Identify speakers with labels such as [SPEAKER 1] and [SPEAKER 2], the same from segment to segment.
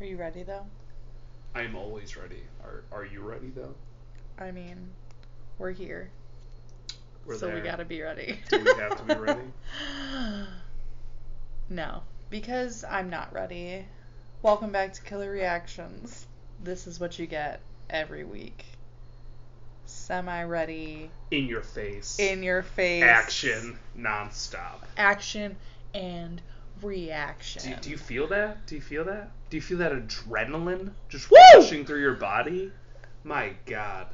[SPEAKER 1] Are you ready though?
[SPEAKER 2] I'm always ready. Are Are you ready though?
[SPEAKER 1] I mean, we're here.
[SPEAKER 2] We're
[SPEAKER 1] so we
[SPEAKER 2] there.
[SPEAKER 1] gotta be ready.
[SPEAKER 2] Do we have to be ready?
[SPEAKER 1] no, because I'm not ready. Welcome back to Killer Reactions. This is what you get every week. Semi ready,
[SPEAKER 2] In your face.
[SPEAKER 1] in your face.
[SPEAKER 2] action nonstop.
[SPEAKER 1] Action and reaction.
[SPEAKER 2] Do, do you feel that? Do you feel that? Do you feel that adrenaline just
[SPEAKER 1] Woo!
[SPEAKER 2] rushing through your body? My God.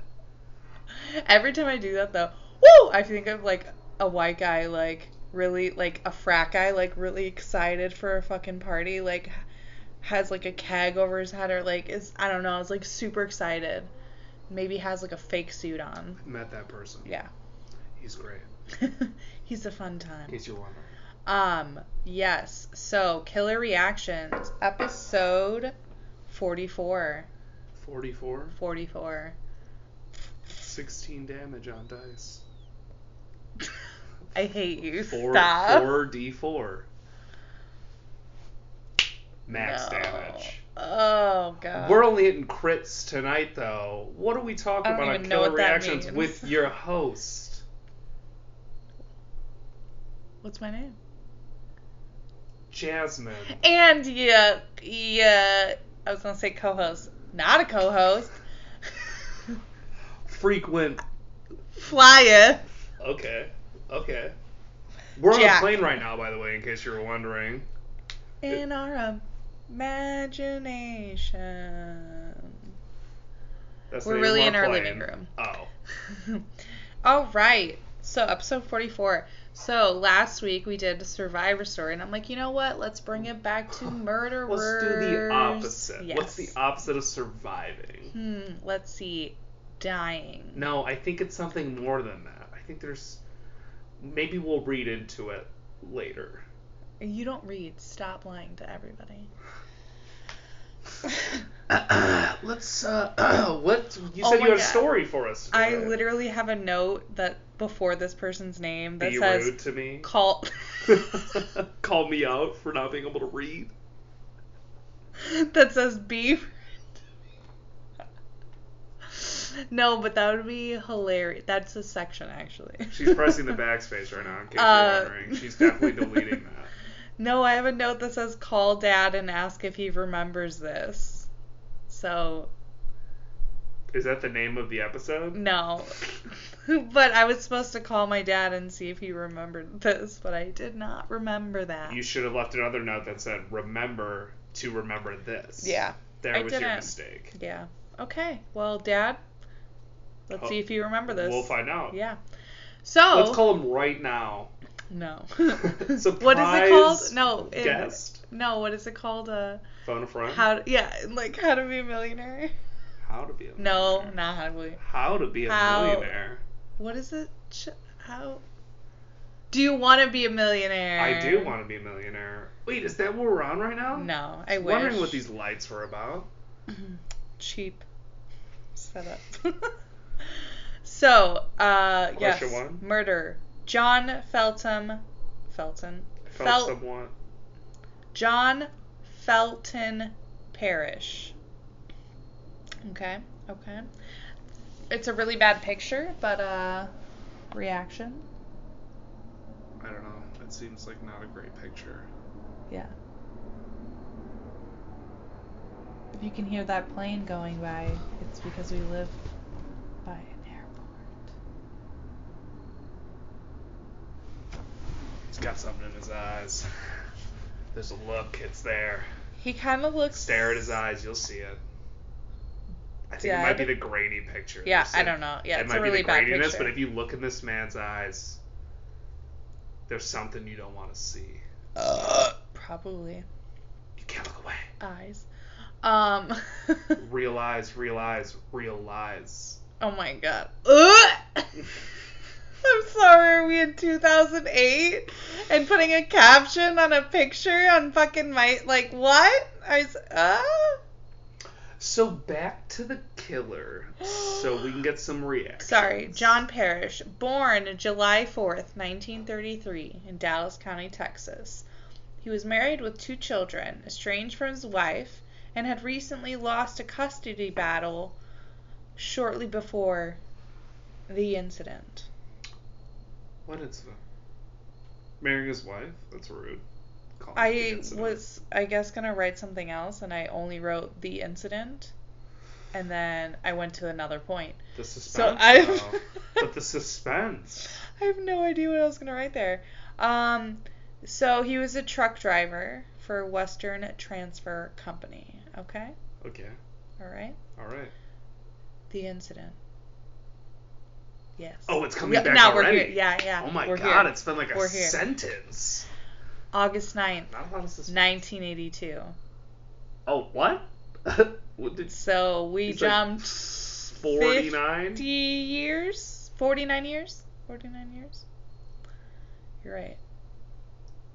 [SPEAKER 1] Every time I do that though, woo! I think of like a white guy, like really, like a frat guy, like really excited for a fucking party, like has like a keg over his head or like is I don't know, is like super excited. Maybe has like a fake suit on.
[SPEAKER 2] Met that person.
[SPEAKER 1] Yeah,
[SPEAKER 2] He's great.
[SPEAKER 1] he's a fun
[SPEAKER 2] In
[SPEAKER 1] time.
[SPEAKER 2] case you're wondering.
[SPEAKER 1] Um, yes. So Killer Reactions episode 44.
[SPEAKER 2] 44,
[SPEAKER 1] 44.
[SPEAKER 2] 16 damage on dice.
[SPEAKER 1] I hate you.
[SPEAKER 2] Four,
[SPEAKER 1] Stop.
[SPEAKER 2] four D4. Max
[SPEAKER 1] No.
[SPEAKER 2] damage.
[SPEAKER 1] Oh god.
[SPEAKER 2] We're only hitting crits tonight, though. What are we talking
[SPEAKER 1] I don't
[SPEAKER 2] about on
[SPEAKER 1] even know
[SPEAKER 2] Killer
[SPEAKER 1] what that
[SPEAKER 2] Reactions
[SPEAKER 1] means.
[SPEAKER 2] with your host?
[SPEAKER 1] What's my name?
[SPEAKER 2] Jasmine.
[SPEAKER 1] And yeah, yeah. I was gonna say co-host, not a co-host.
[SPEAKER 2] Frequent.
[SPEAKER 1] Flyer.
[SPEAKER 2] Okay. Okay. We're on
[SPEAKER 1] Jack.
[SPEAKER 2] a plane right now, by the way, in case you were wondering.
[SPEAKER 1] In our imagination.
[SPEAKER 2] That's
[SPEAKER 1] We're
[SPEAKER 2] the name of
[SPEAKER 1] really in our
[SPEAKER 2] plane.
[SPEAKER 1] living room.
[SPEAKER 2] Oh.
[SPEAKER 1] All right. So episode 44. So last week we did Survivor Story, and I'm like, you know what? Let's bring it back to murder.
[SPEAKER 2] Let's do the opposite. What's the opposite of surviving?
[SPEAKER 1] Hmm. Let's see. Dying.
[SPEAKER 2] No, I think it's something more than that. I think there's. Maybe we'll read into it later.
[SPEAKER 1] You don't read. Stop lying to everybody.
[SPEAKER 2] let's. Uh, what? You
[SPEAKER 1] Oh
[SPEAKER 2] said
[SPEAKER 1] my
[SPEAKER 2] you had
[SPEAKER 1] God.
[SPEAKER 2] a story for us.
[SPEAKER 1] I
[SPEAKER 2] today.
[SPEAKER 1] literally have a note that before this person's name that
[SPEAKER 2] Be
[SPEAKER 1] says
[SPEAKER 2] rude to me.
[SPEAKER 1] call
[SPEAKER 2] Call me out for not being able to read.
[SPEAKER 1] that says be No, but that would be hilarious. That's a section actually.
[SPEAKER 2] She's pressing the backspace right now. In case
[SPEAKER 1] Uh,
[SPEAKER 2] you're wondering, she's definitely deleting that.
[SPEAKER 1] No, I have a note that says call dad and ask if he remembers this. So,
[SPEAKER 2] Is that the name of the episode?
[SPEAKER 1] no. but I was supposed to call my dad and see if he remembered this, but I did not remember that.
[SPEAKER 2] You should have left another note that said, "Remember to remember this."
[SPEAKER 1] Yeah.
[SPEAKER 2] There
[SPEAKER 1] I
[SPEAKER 2] was your
[SPEAKER 1] didn't.
[SPEAKER 2] mistake.
[SPEAKER 1] Yeah. Okay. Well, Dad, let's
[SPEAKER 2] Oh,
[SPEAKER 1] see if you remember this.
[SPEAKER 2] We'll find out.
[SPEAKER 1] Yeah. Oh. So.
[SPEAKER 2] Let's call him right now.
[SPEAKER 1] No.
[SPEAKER 2] Surprise.
[SPEAKER 1] what is it called? No. it-
[SPEAKER 2] Guest.
[SPEAKER 1] no. What is it called? Uh,
[SPEAKER 2] Phone a friend.
[SPEAKER 1] how? Yeah. Like how to be a millionaire.
[SPEAKER 2] How to be a
[SPEAKER 1] No,
[SPEAKER 2] millionaire.
[SPEAKER 1] not how to be.
[SPEAKER 2] How to be a
[SPEAKER 1] How-
[SPEAKER 2] millionaire.
[SPEAKER 1] What is it? Ch- How? Do you want to be a millionaire?
[SPEAKER 2] I do want to be a millionaire. Wait, is that what we're on right now?
[SPEAKER 1] No, I wish.
[SPEAKER 2] Wondering what these lights were about.
[SPEAKER 1] Mm-hmm. cheap setup. so, uh, yes,
[SPEAKER 2] Question one.
[SPEAKER 1] murder. John Felton, Felton,
[SPEAKER 2] Felt
[SPEAKER 1] Fel-
[SPEAKER 2] someone.
[SPEAKER 1] John Felton Parish. Okay, okay. It's a really bad picture, but uh, reaction.
[SPEAKER 2] I don't know. It seems like not a great picture.
[SPEAKER 1] Yeah. If you can hear that plane going by, it's because we live by an airport.
[SPEAKER 2] He's got something in his eyes. There's a look. It's there.
[SPEAKER 1] He kind of looks.
[SPEAKER 2] Stare at his eyes. You'll see it. I think it might be
[SPEAKER 1] Dead?
[SPEAKER 2] the grainy picture.
[SPEAKER 1] Yeah,
[SPEAKER 2] It's
[SPEAKER 1] I
[SPEAKER 2] like-
[SPEAKER 1] don't know. Yeah,
[SPEAKER 2] it
[SPEAKER 1] it's
[SPEAKER 2] might
[SPEAKER 1] a really
[SPEAKER 2] be the
[SPEAKER 1] bad
[SPEAKER 2] graininess,
[SPEAKER 1] picture.
[SPEAKER 2] but if you look in this man's eyes, there's something you don't want to see.
[SPEAKER 1] Probably
[SPEAKER 2] You can't look away.
[SPEAKER 1] eyes. Um.
[SPEAKER 2] Realize, realize, realize.
[SPEAKER 1] oh my god. Ugh! I'm sorry. Are we in 2008 and putting a caption on a picture on fucking my like what? I was uh.
[SPEAKER 2] So back to the killer, so we can get some reactions.
[SPEAKER 1] Sorry, John Parrish, born July 4th, 1933, in Dallas County, Texas. He was married with two children, estranged from his wife, and had recently lost a custody battle shortly before the incident.
[SPEAKER 2] What incident? Marrying his wife? That's rude. Call it the
[SPEAKER 1] I
[SPEAKER 2] incident.
[SPEAKER 1] was, I guess, gonna write something else, and I only wrote the incident, and then I went to another point.
[SPEAKER 2] The suspense.
[SPEAKER 1] So I,
[SPEAKER 2] though. but the suspense.
[SPEAKER 1] I have no idea what I was gonna write there. Um, so he was a truck driver for Western Transfer Company. Okay,
[SPEAKER 2] Okay.
[SPEAKER 1] all right.
[SPEAKER 2] All right.
[SPEAKER 1] The incident. Yes.
[SPEAKER 2] Oh, it's coming
[SPEAKER 1] Yeah,
[SPEAKER 2] back
[SPEAKER 1] now
[SPEAKER 2] already.
[SPEAKER 1] we're here. Yeah, yeah.
[SPEAKER 2] Oh my
[SPEAKER 1] we're
[SPEAKER 2] god,
[SPEAKER 1] here.
[SPEAKER 2] it's been like a
[SPEAKER 1] We're here.
[SPEAKER 2] sentence.
[SPEAKER 1] August 9th,
[SPEAKER 2] Not a lot of suspense.
[SPEAKER 1] 1982.
[SPEAKER 2] Oh, what? what did
[SPEAKER 1] So we
[SPEAKER 2] He's like
[SPEAKER 1] jumped
[SPEAKER 2] 49?
[SPEAKER 1] 50 years? 49 years? 49 years? You're right.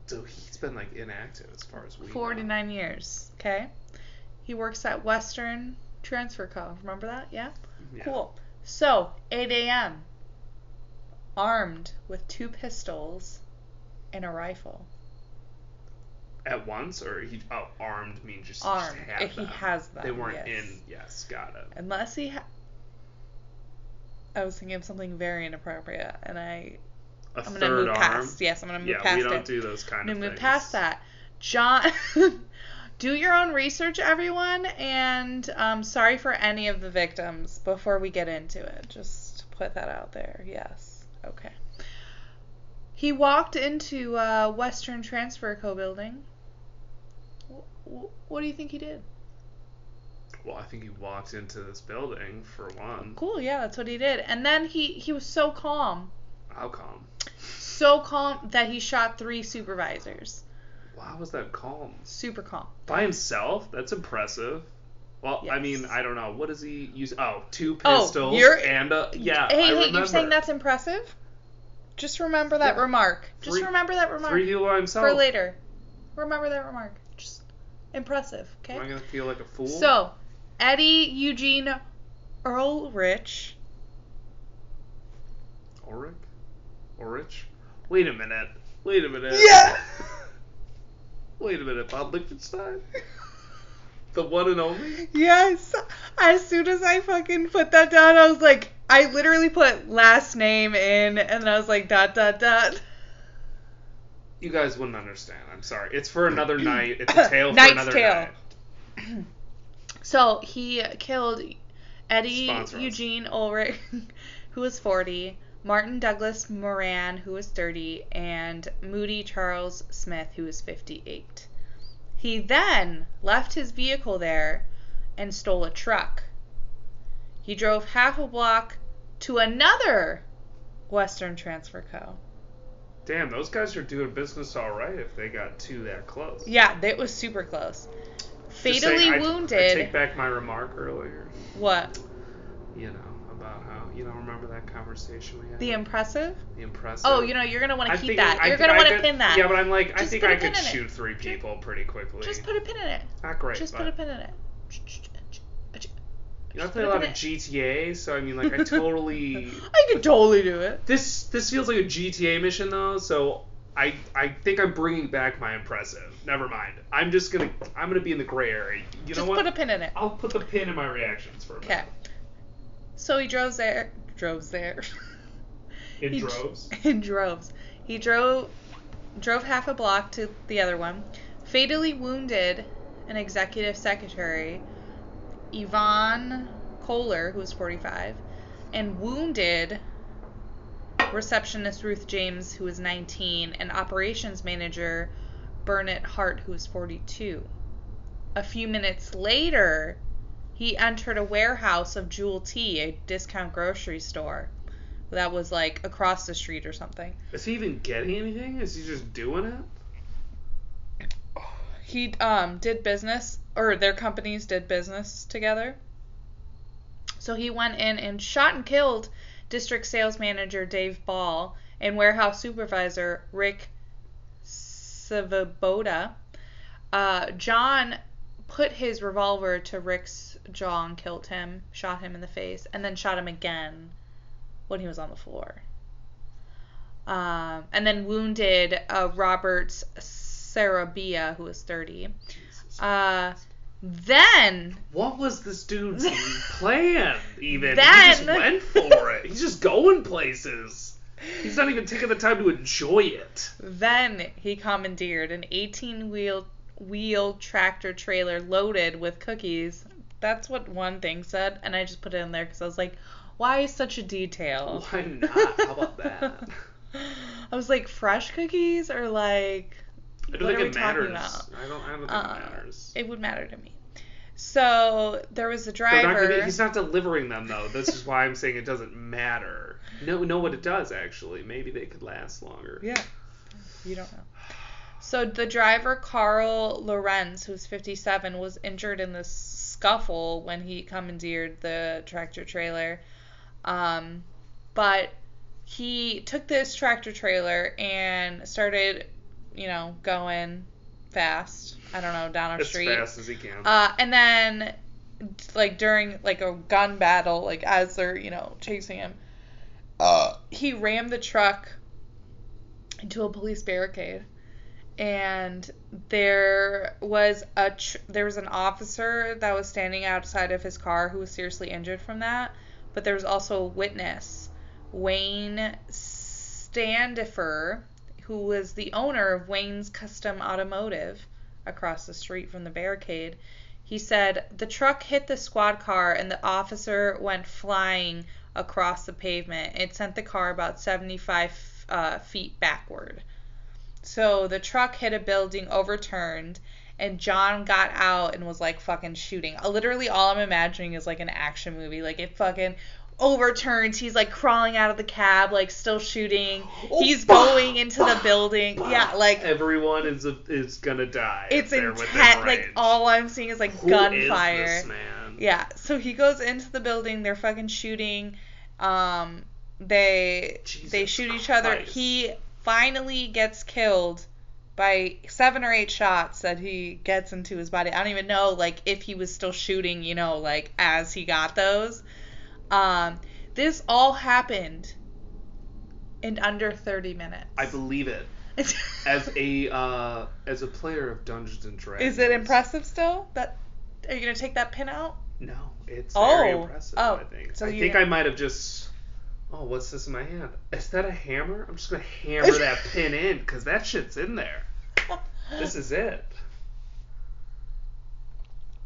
[SPEAKER 2] So he's been like inactive as far as we know.
[SPEAKER 1] 49 years. Okay. He works at Western Transfer Co. Remember that? Yeah?
[SPEAKER 2] Yeah.
[SPEAKER 1] Cool. So, 8 a.m., armed with two pistols and a rifle.
[SPEAKER 2] At once, or he oh, armed means just
[SPEAKER 1] Armed.
[SPEAKER 2] He, just had
[SPEAKER 1] If he
[SPEAKER 2] them.
[SPEAKER 1] has them,
[SPEAKER 2] They weren't
[SPEAKER 1] yes.
[SPEAKER 2] in. Yes, got it.
[SPEAKER 1] Unless he ha- I was thinking of something very inappropriate, and I
[SPEAKER 2] A
[SPEAKER 1] I'm gonna
[SPEAKER 2] third
[SPEAKER 1] move
[SPEAKER 2] arm.
[SPEAKER 1] past. Yes, I'm gonna move
[SPEAKER 2] yeah,
[SPEAKER 1] past
[SPEAKER 2] we don't
[SPEAKER 1] it.
[SPEAKER 2] do those kind
[SPEAKER 1] I'm gonna
[SPEAKER 2] of
[SPEAKER 1] move
[SPEAKER 2] things.
[SPEAKER 1] past that. John, do your own research, everyone, and um, sorry for any of the victims before we get into it. Just to put that out there. Yes. Okay. He walked into uh, Western Transfer Co. building. W- what do you think he did?
[SPEAKER 2] Well, I think he walked into this building for one.
[SPEAKER 1] Cool. Yeah, that's what he did. And then he he was so calm,
[SPEAKER 2] How calm?
[SPEAKER 1] so calm that he shot three supervisors.
[SPEAKER 2] Why was that calm?
[SPEAKER 1] Super calm.
[SPEAKER 2] By himself? That's impressive. Well, I mean,
[SPEAKER 1] Yes.
[SPEAKER 2] I don't know. What does he use? Oh, two
[SPEAKER 1] Oh,
[SPEAKER 2] pistols
[SPEAKER 1] you're-
[SPEAKER 2] and a yeah.
[SPEAKER 1] Hey,
[SPEAKER 2] I
[SPEAKER 1] hey,
[SPEAKER 2] remember.
[SPEAKER 1] you're saying that's impressive? Just remember that
[SPEAKER 2] Yeah.
[SPEAKER 1] remark. Just
[SPEAKER 2] Three-
[SPEAKER 1] remember that remark
[SPEAKER 2] three people by himself.
[SPEAKER 1] for later. Remember that remark. Just impressive,
[SPEAKER 2] Am I
[SPEAKER 1] okay?
[SPEAKER 2] gonna feel like a fool?
[SPEAKER 1] So, Eddie Eugene Earlrich.
[SPEAKER 2] Ulrich? Ulrich? Wait a minute. Wait a minute. Wait a minute, Bob Lichtenstein? The one and only?
[SPEAKER 1] Yes. As soon as I fucking put that down, I was like, I literally put last name in, and I was like, dot, dot, dot.
[SPEAKER 2] You guys wouldn't understand. I'm sorry. It's for another night. It's a tale for
[SPEAKER 1] Knight's
[SPEAKER 2] another
[SPEAKER 1] Tale.
[SPEAKER 2] night.
[SPEAKER 1] So he killed Eddie
[SPEAKER 2] Sponsor us.
[SPEAKER 1] Eugene Ulrich, who was 40, Martin Douglas Moran, who was 30, and Moody Charles Smith, who was 58. He then left his vehicle there and stole a truck. He drove half a block to another Western Transfer Co.
[SPEAKER 2] Damn, those guys are doing business all right if they got two that close.
[SPEAKER 1] Yeah, that was super close.
[SPEAKER 2] Just
[SPEAKER 1] Fatally
[SPEAKER 2] saying, I-
[SPEAKER 1] wounded.
[SPEAKER 2] I take back my remark earlier.
[SPEAKER 1] what?
[SPEAKER 2] You know about how you know remember that conversation we had.
[SPEAKER 1] The impressive?
[SPEAKER 2] the impressive.
[SPEAKER 1] Oh, you know, you're gonna want
[SPEAKER 2] I
[SPEAKER 1] to keep
[SPEAKER 2] think-
[SPEAKER 1] that.
[SPEAKER 2] I
[SPEAKER 1] You're
[SPEAKER 2] think
[SPEAKER 1] gonna
[SPEAKER 2] I
[SPEAKER 1] want to
[SPEAKER 2] could-
[SPEAKER 1] pin that.
[SPEAKER 2] Yeah, but I'm like, I
[SPEAKER 1] Just
[SPEAKER 2] think
[SPEAKER 1] put a
[SPEAKER 2] I
[SPEAKER 1] pin
[SPEAKER 2] could
[SPEAKER 1] in it.
[SPEAKER 2] shoot three people pretty quickly.
[SPEAKER 1] Just put a pin in it.
[SPEAKER 2] Not great.
[SPEAKER 1] Just
[SPEAKER 2] but
[SPEAKER 1] put a pin in it.
[SPEAKER 2] You know, I
[SPEAKER 1] just
[SPEAKER 2] play a
[SPEAKER 1] put a
[SPEAKER 2] lot
[SPEAKER 1] pin
[SPEAKER 2] of GTA, so I mean, like, I totally.
[SPEAKER 1] I could totally do it.
[SPEAKER 2] this this feels like a GTA mission though, so I I think I'm bringing back my impressive. Never mind. I'm just gonna I'm gonna be in the gray area. You
[SPEAKER 1] Just
[SPEAKER 2] know
[SPEAKER 1] put
[SPEAKER 2] what?
[SPEAKER 1] a pin in it.
[SPEAKER 2] I'll put the pin in my reactions for a
[SPEAKER 1] Okay.
[SPEAKER 2] minute.
[SPEAKER 1] So he drove there. Drove there.
[SPEAKER 2] In
[SPEAKER 1] He-
[SPEAKER 2] droves.
[SPEAKER 1] In droves. He drove drove half a block to the other one, fatally wounded an executive secretary, Yvonne Kohler, who was 45, and wounded receptionist Ruth James, who was 19, and operations manager Burnett Hart, who was 42. A few minutes later, he entered a warehouse of Jewel Tea, a discount grocery store that was like across the street or something.
[SPEAKER 2] Is he even getting anything? Is he just doing it?
[SPEAKER 1] He um did business or their companies did business together. So he went in and shot and killed district sales manager Dave Ball and warehouse supervisor Rick Savoboda. Uh, John put his revolver to Rick's jaw and killed him, shot him in the face, and then shot him again when he was on the floor. Um, and then wounded uh, Roberts Sarabia, who was 30.
[SPEAKER 2] Jesus.
[SPEAKER 1] Uh, Then
[SPEAKER 2] What was this dude's plan? Even he just
[SPEAKER 1] Then-
[SPEAKER 2] went for it. He's just going places. He's not even taking the time to enjoy it.
[SPEAKER 1] Then he commandeered an 18 wheel wheel tractor trailer loaded with cookies. That's what one thing said, and I just put it in there because I was like, why such a detail?
[SPEAKER 2] Why not? How about that?
[SPEAKER 1] I was like, fresh cookies or like.
[SPEAKER 2] I
[SPEAKER 1] What
[SPEAKER 2] don't think
[SPEAKER 1] are we
[SPEAKER 2] it matters.
[SPEAKER 1] talking about?
[SPEAKER 2] I don't. I don't think
[SPEAKER 1] Uh,
[SPEAKER 2] it matters.
[SPEAKER 1] It would matter to me. So there was a
[SPEAKER 2] They're not
[SPEAKER 1] driver.
[SPEAKER 2] gonna, he's not delivering them though. This is why I'm saying it doesn't matter. No, know what it does actually. Maybe they could last longer.
[SPEAKER 1] Yeah. You don't know. So the driver Carl Lorenz, who's 57, was injured in this scuffle when he commandeered the tractor trailer. Um, but he took this tractor trailer and started, you know, going fast. I don't know down our
[SPEAKER 2] as
[SPEAKER 1] street.
[SPEAKER 2] fast as he can.
[SPEAKER 1] Uh, and then, like during like a gun battle, like as they're you know chasing him, uh, he rammed the truck into a police barricade, and there was a tr- there was an officer that was standing outside of his car who was seriously injured from that, but there was also a witness, Wayne Standifer, who was the owner of Wayne's Custom Automotive across the street from the barricade. He said the truck hit the squad car and the officer went flying across the pavement. It sent the car about 75 uh, feet backward. So the truck hit a building, overturned, and John got out and was like fucking shooting. Uh, Literally, all I'm imagining is like an action movie. Like it fucking overturns. He's like crawling out of the cab, like still shooting.
[SPEAKER 2] Oh,
[SPEAKER 1] He's
[SPEAKER 2] bah,
[SPEAKER 1] going into the
[SPEAKER 2] bah,
[SPEAKER 1] building.
[SPEAKER 2] bah.
[SPEAKER 1] Yeah, like
[SPEAKER 2] everyone is is gonna die. if
[SPEAKER 1] it's
[SPEAKER 2] they're within
[SPEAKER 1] intense. Like
[SPEAKER 2] range.
[SPEAKER 1] all I'm seeing is like
[SPEAKER 2] Who is
[SPEAKER 1] gunfire.
[SPEAKER 2] this man?
[SPEAKER 1] Yeah. So he goes into the building. They're fucking shooting. Um, they they
[SPEAKER 2] Jesus
[SPEAKER 1] shoot each other.
[SPEAKER 2] Christ.
[SPEAKER 1] He finally gets killed by seven or eight shots that he gets into his body. I don't even know like if he was still shooting. You know, like as he got those. Um, this all happened in under 30 minutes.
[SPEAKER 2] I believe it. As a uh, as a player of Dungeons and Dragons,
[SPEAKER 1] Is it impressive still? That are you gonna take that pin out?
[SPEAKER 2] No, it's
[SPEAKER 1] Oh.
[SPEAKER 2] very impressive.
[SPEAKER 1] Oh,
[SPEAKER 2] I think.
[SPEAKER 1] so
[SPEAKER 2] I
[SPEAKER 1] you-
[SPEAKER 2] think I might have just. Oh, what's this in my hand? Is that a hammer? I'm just gonna hammer that pin in because that shit's in there. This is it.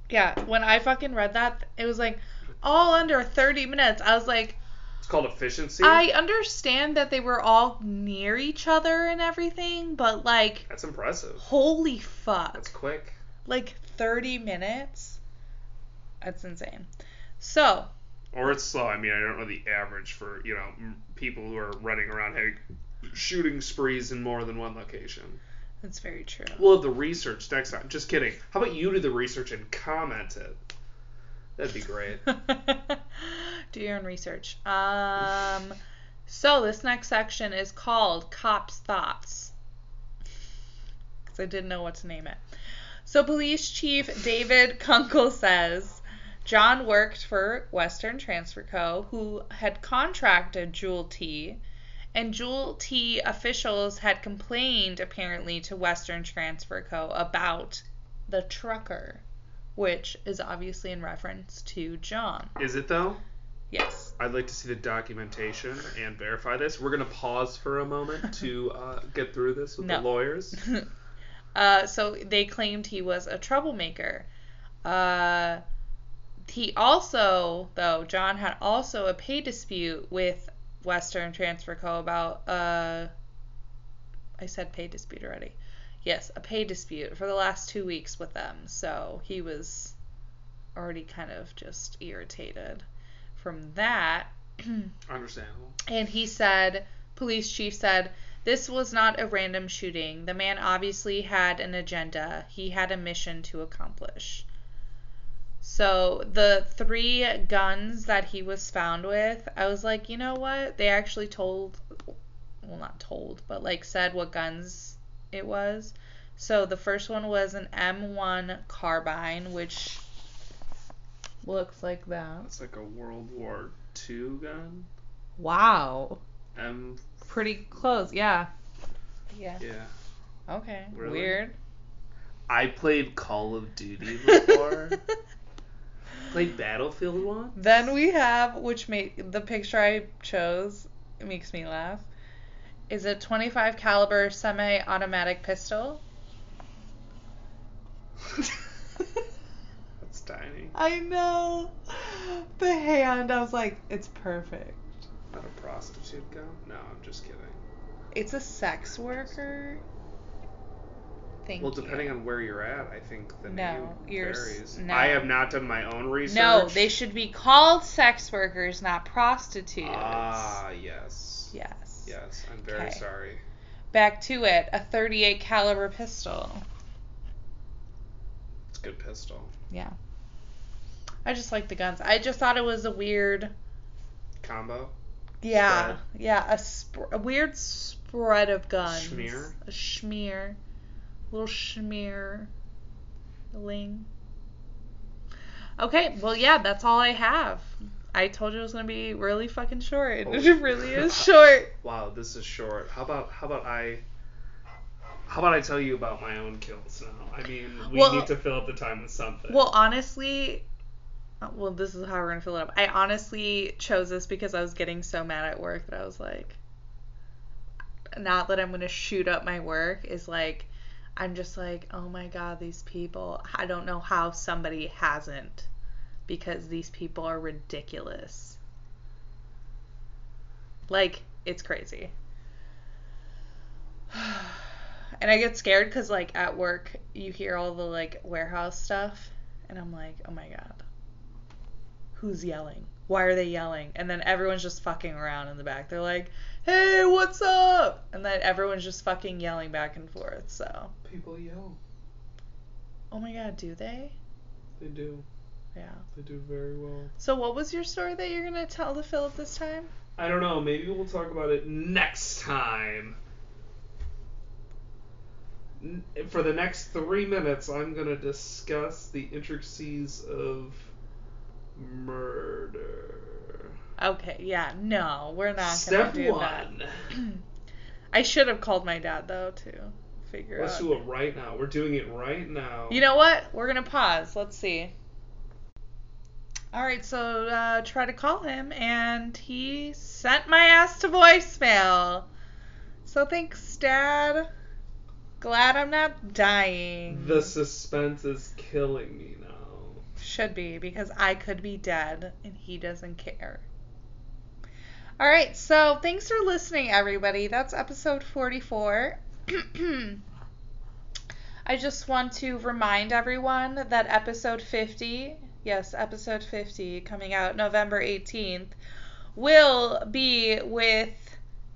[SPEAKER 1] yeah. When I fucking read that, it was like all under 30 minutes. I was like,
[SPEAKER 2] It's called efficiency.
[SPEAKER 1] I understand that they were all near each other and everything, but like,
[SPEAKER 2] That's impressive.
[SPEAKER 1] holy
[SPEAKER 2] That's
[SPEAKER 1] fuck,
[SPEAKER 2] quick.
[SPEAKER 1] like 30 minutes. That's insane. So
[SPEAKER 2] Or it's slow. I mean, I don't know the average for you know m- people who are running around having shooting sprees in more than one location.
[SPEAKER 1] that's very true.
[SPEAKER 2] We'll have the research next time. Just kidding. How about you do the research and comment it? That'd be great.
[SPEAKER 1] Do your own research. Um, so this next section is called Cops Thoughts. Because I didn't know what to name it. So Police Chief David Kunkel says John worked for Western Transfer Co., who had contracted Jewel T. And Jewel T officials had complained apparently to Western Transfer Co. about the trucker, which is obviously in reference to John.
[SPEAKER 2] Is it though?
[SPEAKER 1] Yes.
[SPEAKER 2] I'd like to see the documentation and verify this. We're gonna pause for a moment to uh, get through this with
[SPEAKER 1] No.
[SPEAKER 2] the lawyers.
[SPEAKER 1] Uh, so they claimed he was a troublemaker. Uh, he also, though, John had also a pay dispute with Western Transfer Co. about. Uh, I said pay dispute already. Yes, a pay dispute for the last two weeks with them. So he was already kind of just irritated from that.
[SPEAKER 2] Understandable.
[SPEAKER 1] And he said, police chief said, this was not a random shooting. The man obviously had an agenda. He had a mission to accomplish. So the three guns that he was found with, I was like, you know what? They actually told, well, not told, but like said what guns it was. So the first one was an M1 carbine, which looks like that.
[SPEAKER 2] That's like a World War II gun.
[SPEAKER 1] Wow.
[SPEAKER 2] M.
[SPEAKER 1] Pretty close, yeah. Yeah.
[SPEAKER 2] Yeah.
[SPEAKER 1] Okay.
[SPEAKER 2] Really?
[SPEAKER 1] Weird.
[SPEAKER 2] I played Call of Duty before. played Battlefield once.
[SPEAKER 1] Then we have, which made the picture I chose makes me laugh, is a 25 caliber semi-automatic pistol.
[SPEAKER 2] That's tiny.
[SPEAKER 1] I know. The hand, I was like, it's perfect.
[SPEAKER 2] Not a prostitute gun? No, I'm just kidding.
[SPEAKER 1] It's a sex worker. Thank
[SPEAKER 2] well,
[SPEAKER 1] you.
[SPEAKER 2] depending on where you're at, I think the
[SPEAKER 1] No,
[SPEAKER 2] name
[SPEAKER 1] you're s-
[SPEAKER 2] varies.
[SPEAKER 1] no.
[SPEAKER 2] I have not done my own research.
[SPEAKER 1] No, they should be called sex workers, not prostitutes.
[SPEAKER 2] Ah, yes.
[SPEAKER 1] yes.
[SPEAKER 2] Yes, I'm very
[SPEAKER 1] Okay.
[SPEAKER 2] sorry.
[SPEAKER 1] Back to it, a 38 caliber pistol.
[SPEAKER 2] It's a good pistol.
[SPEAKER 1] Yeah. I just like the guns. I just thought it was a weird
[SPEAKER 2] Combo.
[SPEAKER 1] Yeah,
[SPEAKER 2] Spread.
[SPEAKER 1] yeah, a, sp- a weird spread of guns.
[SPEAKER 2] Schmear?
[SPEAKER 1] A schmear, little schmear, ling. Okay, well, yeah, that's all I have. I told you it was gonna be really fucking short.
[SPEAKER 2] Oh.
[SPEAKER 1] It really is short.
[SPEAKER 2] Wow, this is short. How about how about I how about I tell you about my own kills now? I mean, we
[SPEAKER 1] Well-
[SPEAKER 2] need to fill up the time with something.
[SPEAKER 1] Well, honestly, uh, well, this is how we're gonna fill it up. I honestly chose this because I was getting so mad at work that I was like, not that I'm gonna shoot up my work is like, I'm just like, oh my god, these people. I don't know how somebody hasn't, because these people are ridiculous. Like it's crazy. And I get scared because, like, at work, you hear all the, like, warehouse stuff, and I'm like, oh my god, who's yelling? Why are they yelling? And then everyone's just fucking around in the back. They're like, hey, what's up? And then everyone's just fucking yelling back and forth. So,
[SPEAKER 2] people yell.
[SPEAKER 1] oh my god, do they?
[SPEAKER 2] They do.
[SPEAKER 1] Yeah.
[SPEAKER 2] They do very well.
[SPEAKER 1] So, what was your story that you're going to tell to Philip this time?
[SPEAKER 2] I don't know. Maybe we'll talk about it next time. N- For the next three minutes, I'm going to discuss the intricacies of murder.
[SPEAKER 1] Okay, yeah, no, we're not going
[SPEAKER 2] Step
[SPEAKER 1] to do that.
[SPEAKER 2] one.
[SPEAKER 1] I should have called my dad, though, to figure
[SPEAKER 2] Let's
[SPEAKER 1] out.
[SPEAKER 2] do it right now. We're doing it right now.
[SPEAKER 1] You know what? We're gonna pause. Let's see. All right, so uh, try to call him, and he sent my ass to voicemail. So thanks, Dad. Glad I'm not dying.
[SPEAKER 2] The suspense is killing me now.
[SPEAKER 1] should be because I could be dead, and he doesn't care. All right, so thanks for listening, everybody. That's episode 44. I just want to remind everyone that episode 50, yes, episode 50, coming out November 18th, will be with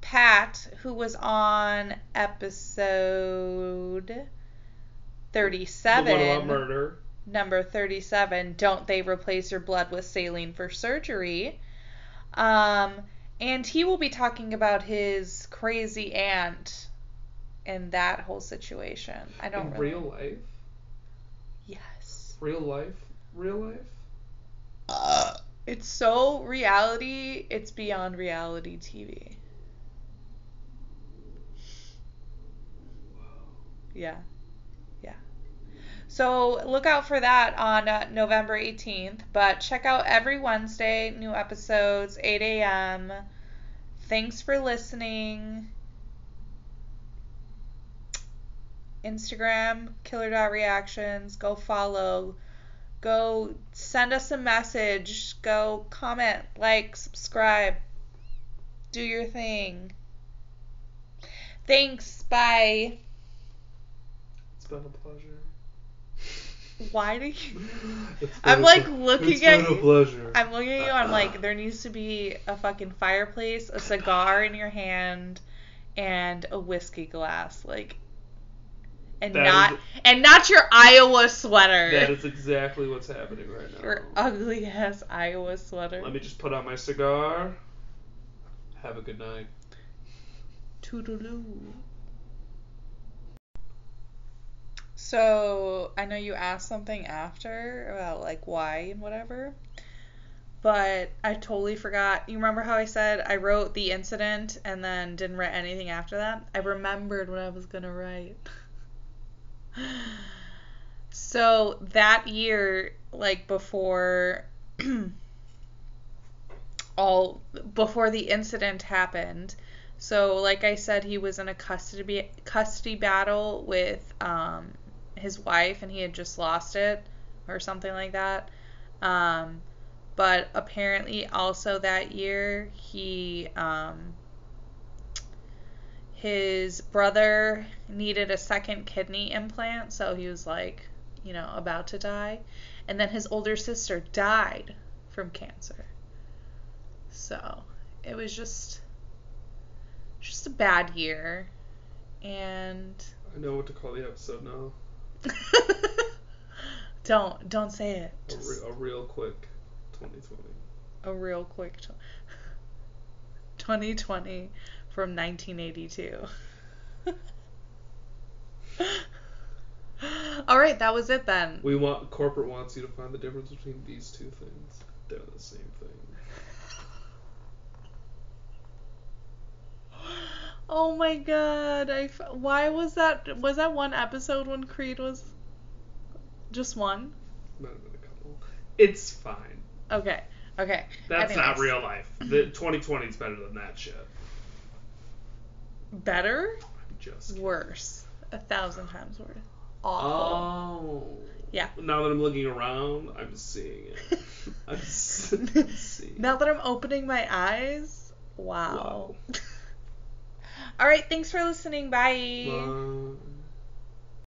[SPEAKER 1] Pat, who was on episode
[SPEAKER 2] The one about
[SPEAKER 1] 37
[SPEAKER 2] murder.
[SPEAKER 1] number 37 don't they replace your blood with saline for surgery um and he will be talking about his crazy aunt and that whole situation i don't
[SPEAKER 2] In
[SPEAKER 1] really
[SPEAKER 2] real life?
[SPEAKER 1] yes
[SPEAKER 2] Real life? Real life?
[SPEAKER 1] Uh, it's so reality it's beyond reality tv Yeah. Yeah. So look out for that on uh, November 18th. But check out every Wednesday, new episodes, 8 a.m. Thanks for listening. Instagram, killer.reactions. Go follow. Go send us a message. Go comment, like, subscribe. Do your thing. Thanks. Bye.
[SPEAKER 2] It's been a pleasure.
[SPEAKER 1] Why do you?
[SPEAKER 2] It's
[SPEAKER 1] I'm,
[SPEAKER 2] been a
[SPEAKER 1] like,
[SPEAKER 2] ple-
[SPEAKER 1] looking
[SPEAKER 2] it's been
[SPEAKER 1] at
[SPEAKER 2] a
[SPEAKER 1] you.
[SPEAKER 2] pleasure.
[SPEAKER 1] I'm looking at you. I'm like, there needs to be a fucking fireplace, a cigar in your hand, and a whiskey glass, like, and
[SPEAKER 2] That
[SPEAKER 1] not
[SPEAKER 2] is-
[SPEAKER 1] and not your Iowa sweater.
[SPEAKER 2] That is exactly what's happening right now.
[SPEAKER 1] your ugly ass Iowa sweater.
[SPEAKER 2] Let me just put out my cigar. Have a good night.
[SPEAKER 1] Toodaloo. So I know you asked something after about like why and whatever, but I totally forgot. You remember how I said I wrote the incident and then didn't write anything after that? I remembered what I was gonna write. So that year, like before all before the incident happened, so like I said, he was in a custody custody battle with um, his wife, and he had just lost it or something like that. Um, but apparently, also that year, he um, his brother needed a second kidney implant, so he was like, you know, about to die. And then his older sister died from cancer. So it was just just a bad year. And
[SPEAKER 2] I know what to call the episode now.
[SPEAKER 1] don't don't say it.
[SPEAKER 2] A,
[SPEAKER 1] Just
[SPEAKER 2] re- a real quick 2020.
[SPEAKER 1] a real quick t- 2020 from 1982. All right, that was it then.
[SPEAKER 2] We want corporate wants you to find the difference between these two things. They're the same thing.
[SPEAKER 1] Oh my god. I f- why was that was that one episode when Creed was just one?
[SPEAKER 2] Might have been a couple. It's fine.
[SPEAKER 1] Okay. Okay.
[SPEAKER 2] That's not
[SPEAKER 1] Anyways.
[SPEAKER 2] real life. The 2020 is better than that shit.
[SPEAKER 1] Better?
[SPEAKER 2] I'm just. kidding.
[SPEAKER 1] Worse. A thousand times worse. Awful.
[SPEAKER 2] Oh.
[SPEAKER 1] Yeah.
[SPEAKER 2] Now that I'm looking around, I'm seeing it. I'm, s- I'm seeing.
[SPEAKER 1] now
[SPEAKER 2] it.
[SPEAKER 1] that I'm opening my eyes, wow. All right, thanks for listening. Bye.
[SPEAKER 2] Bye.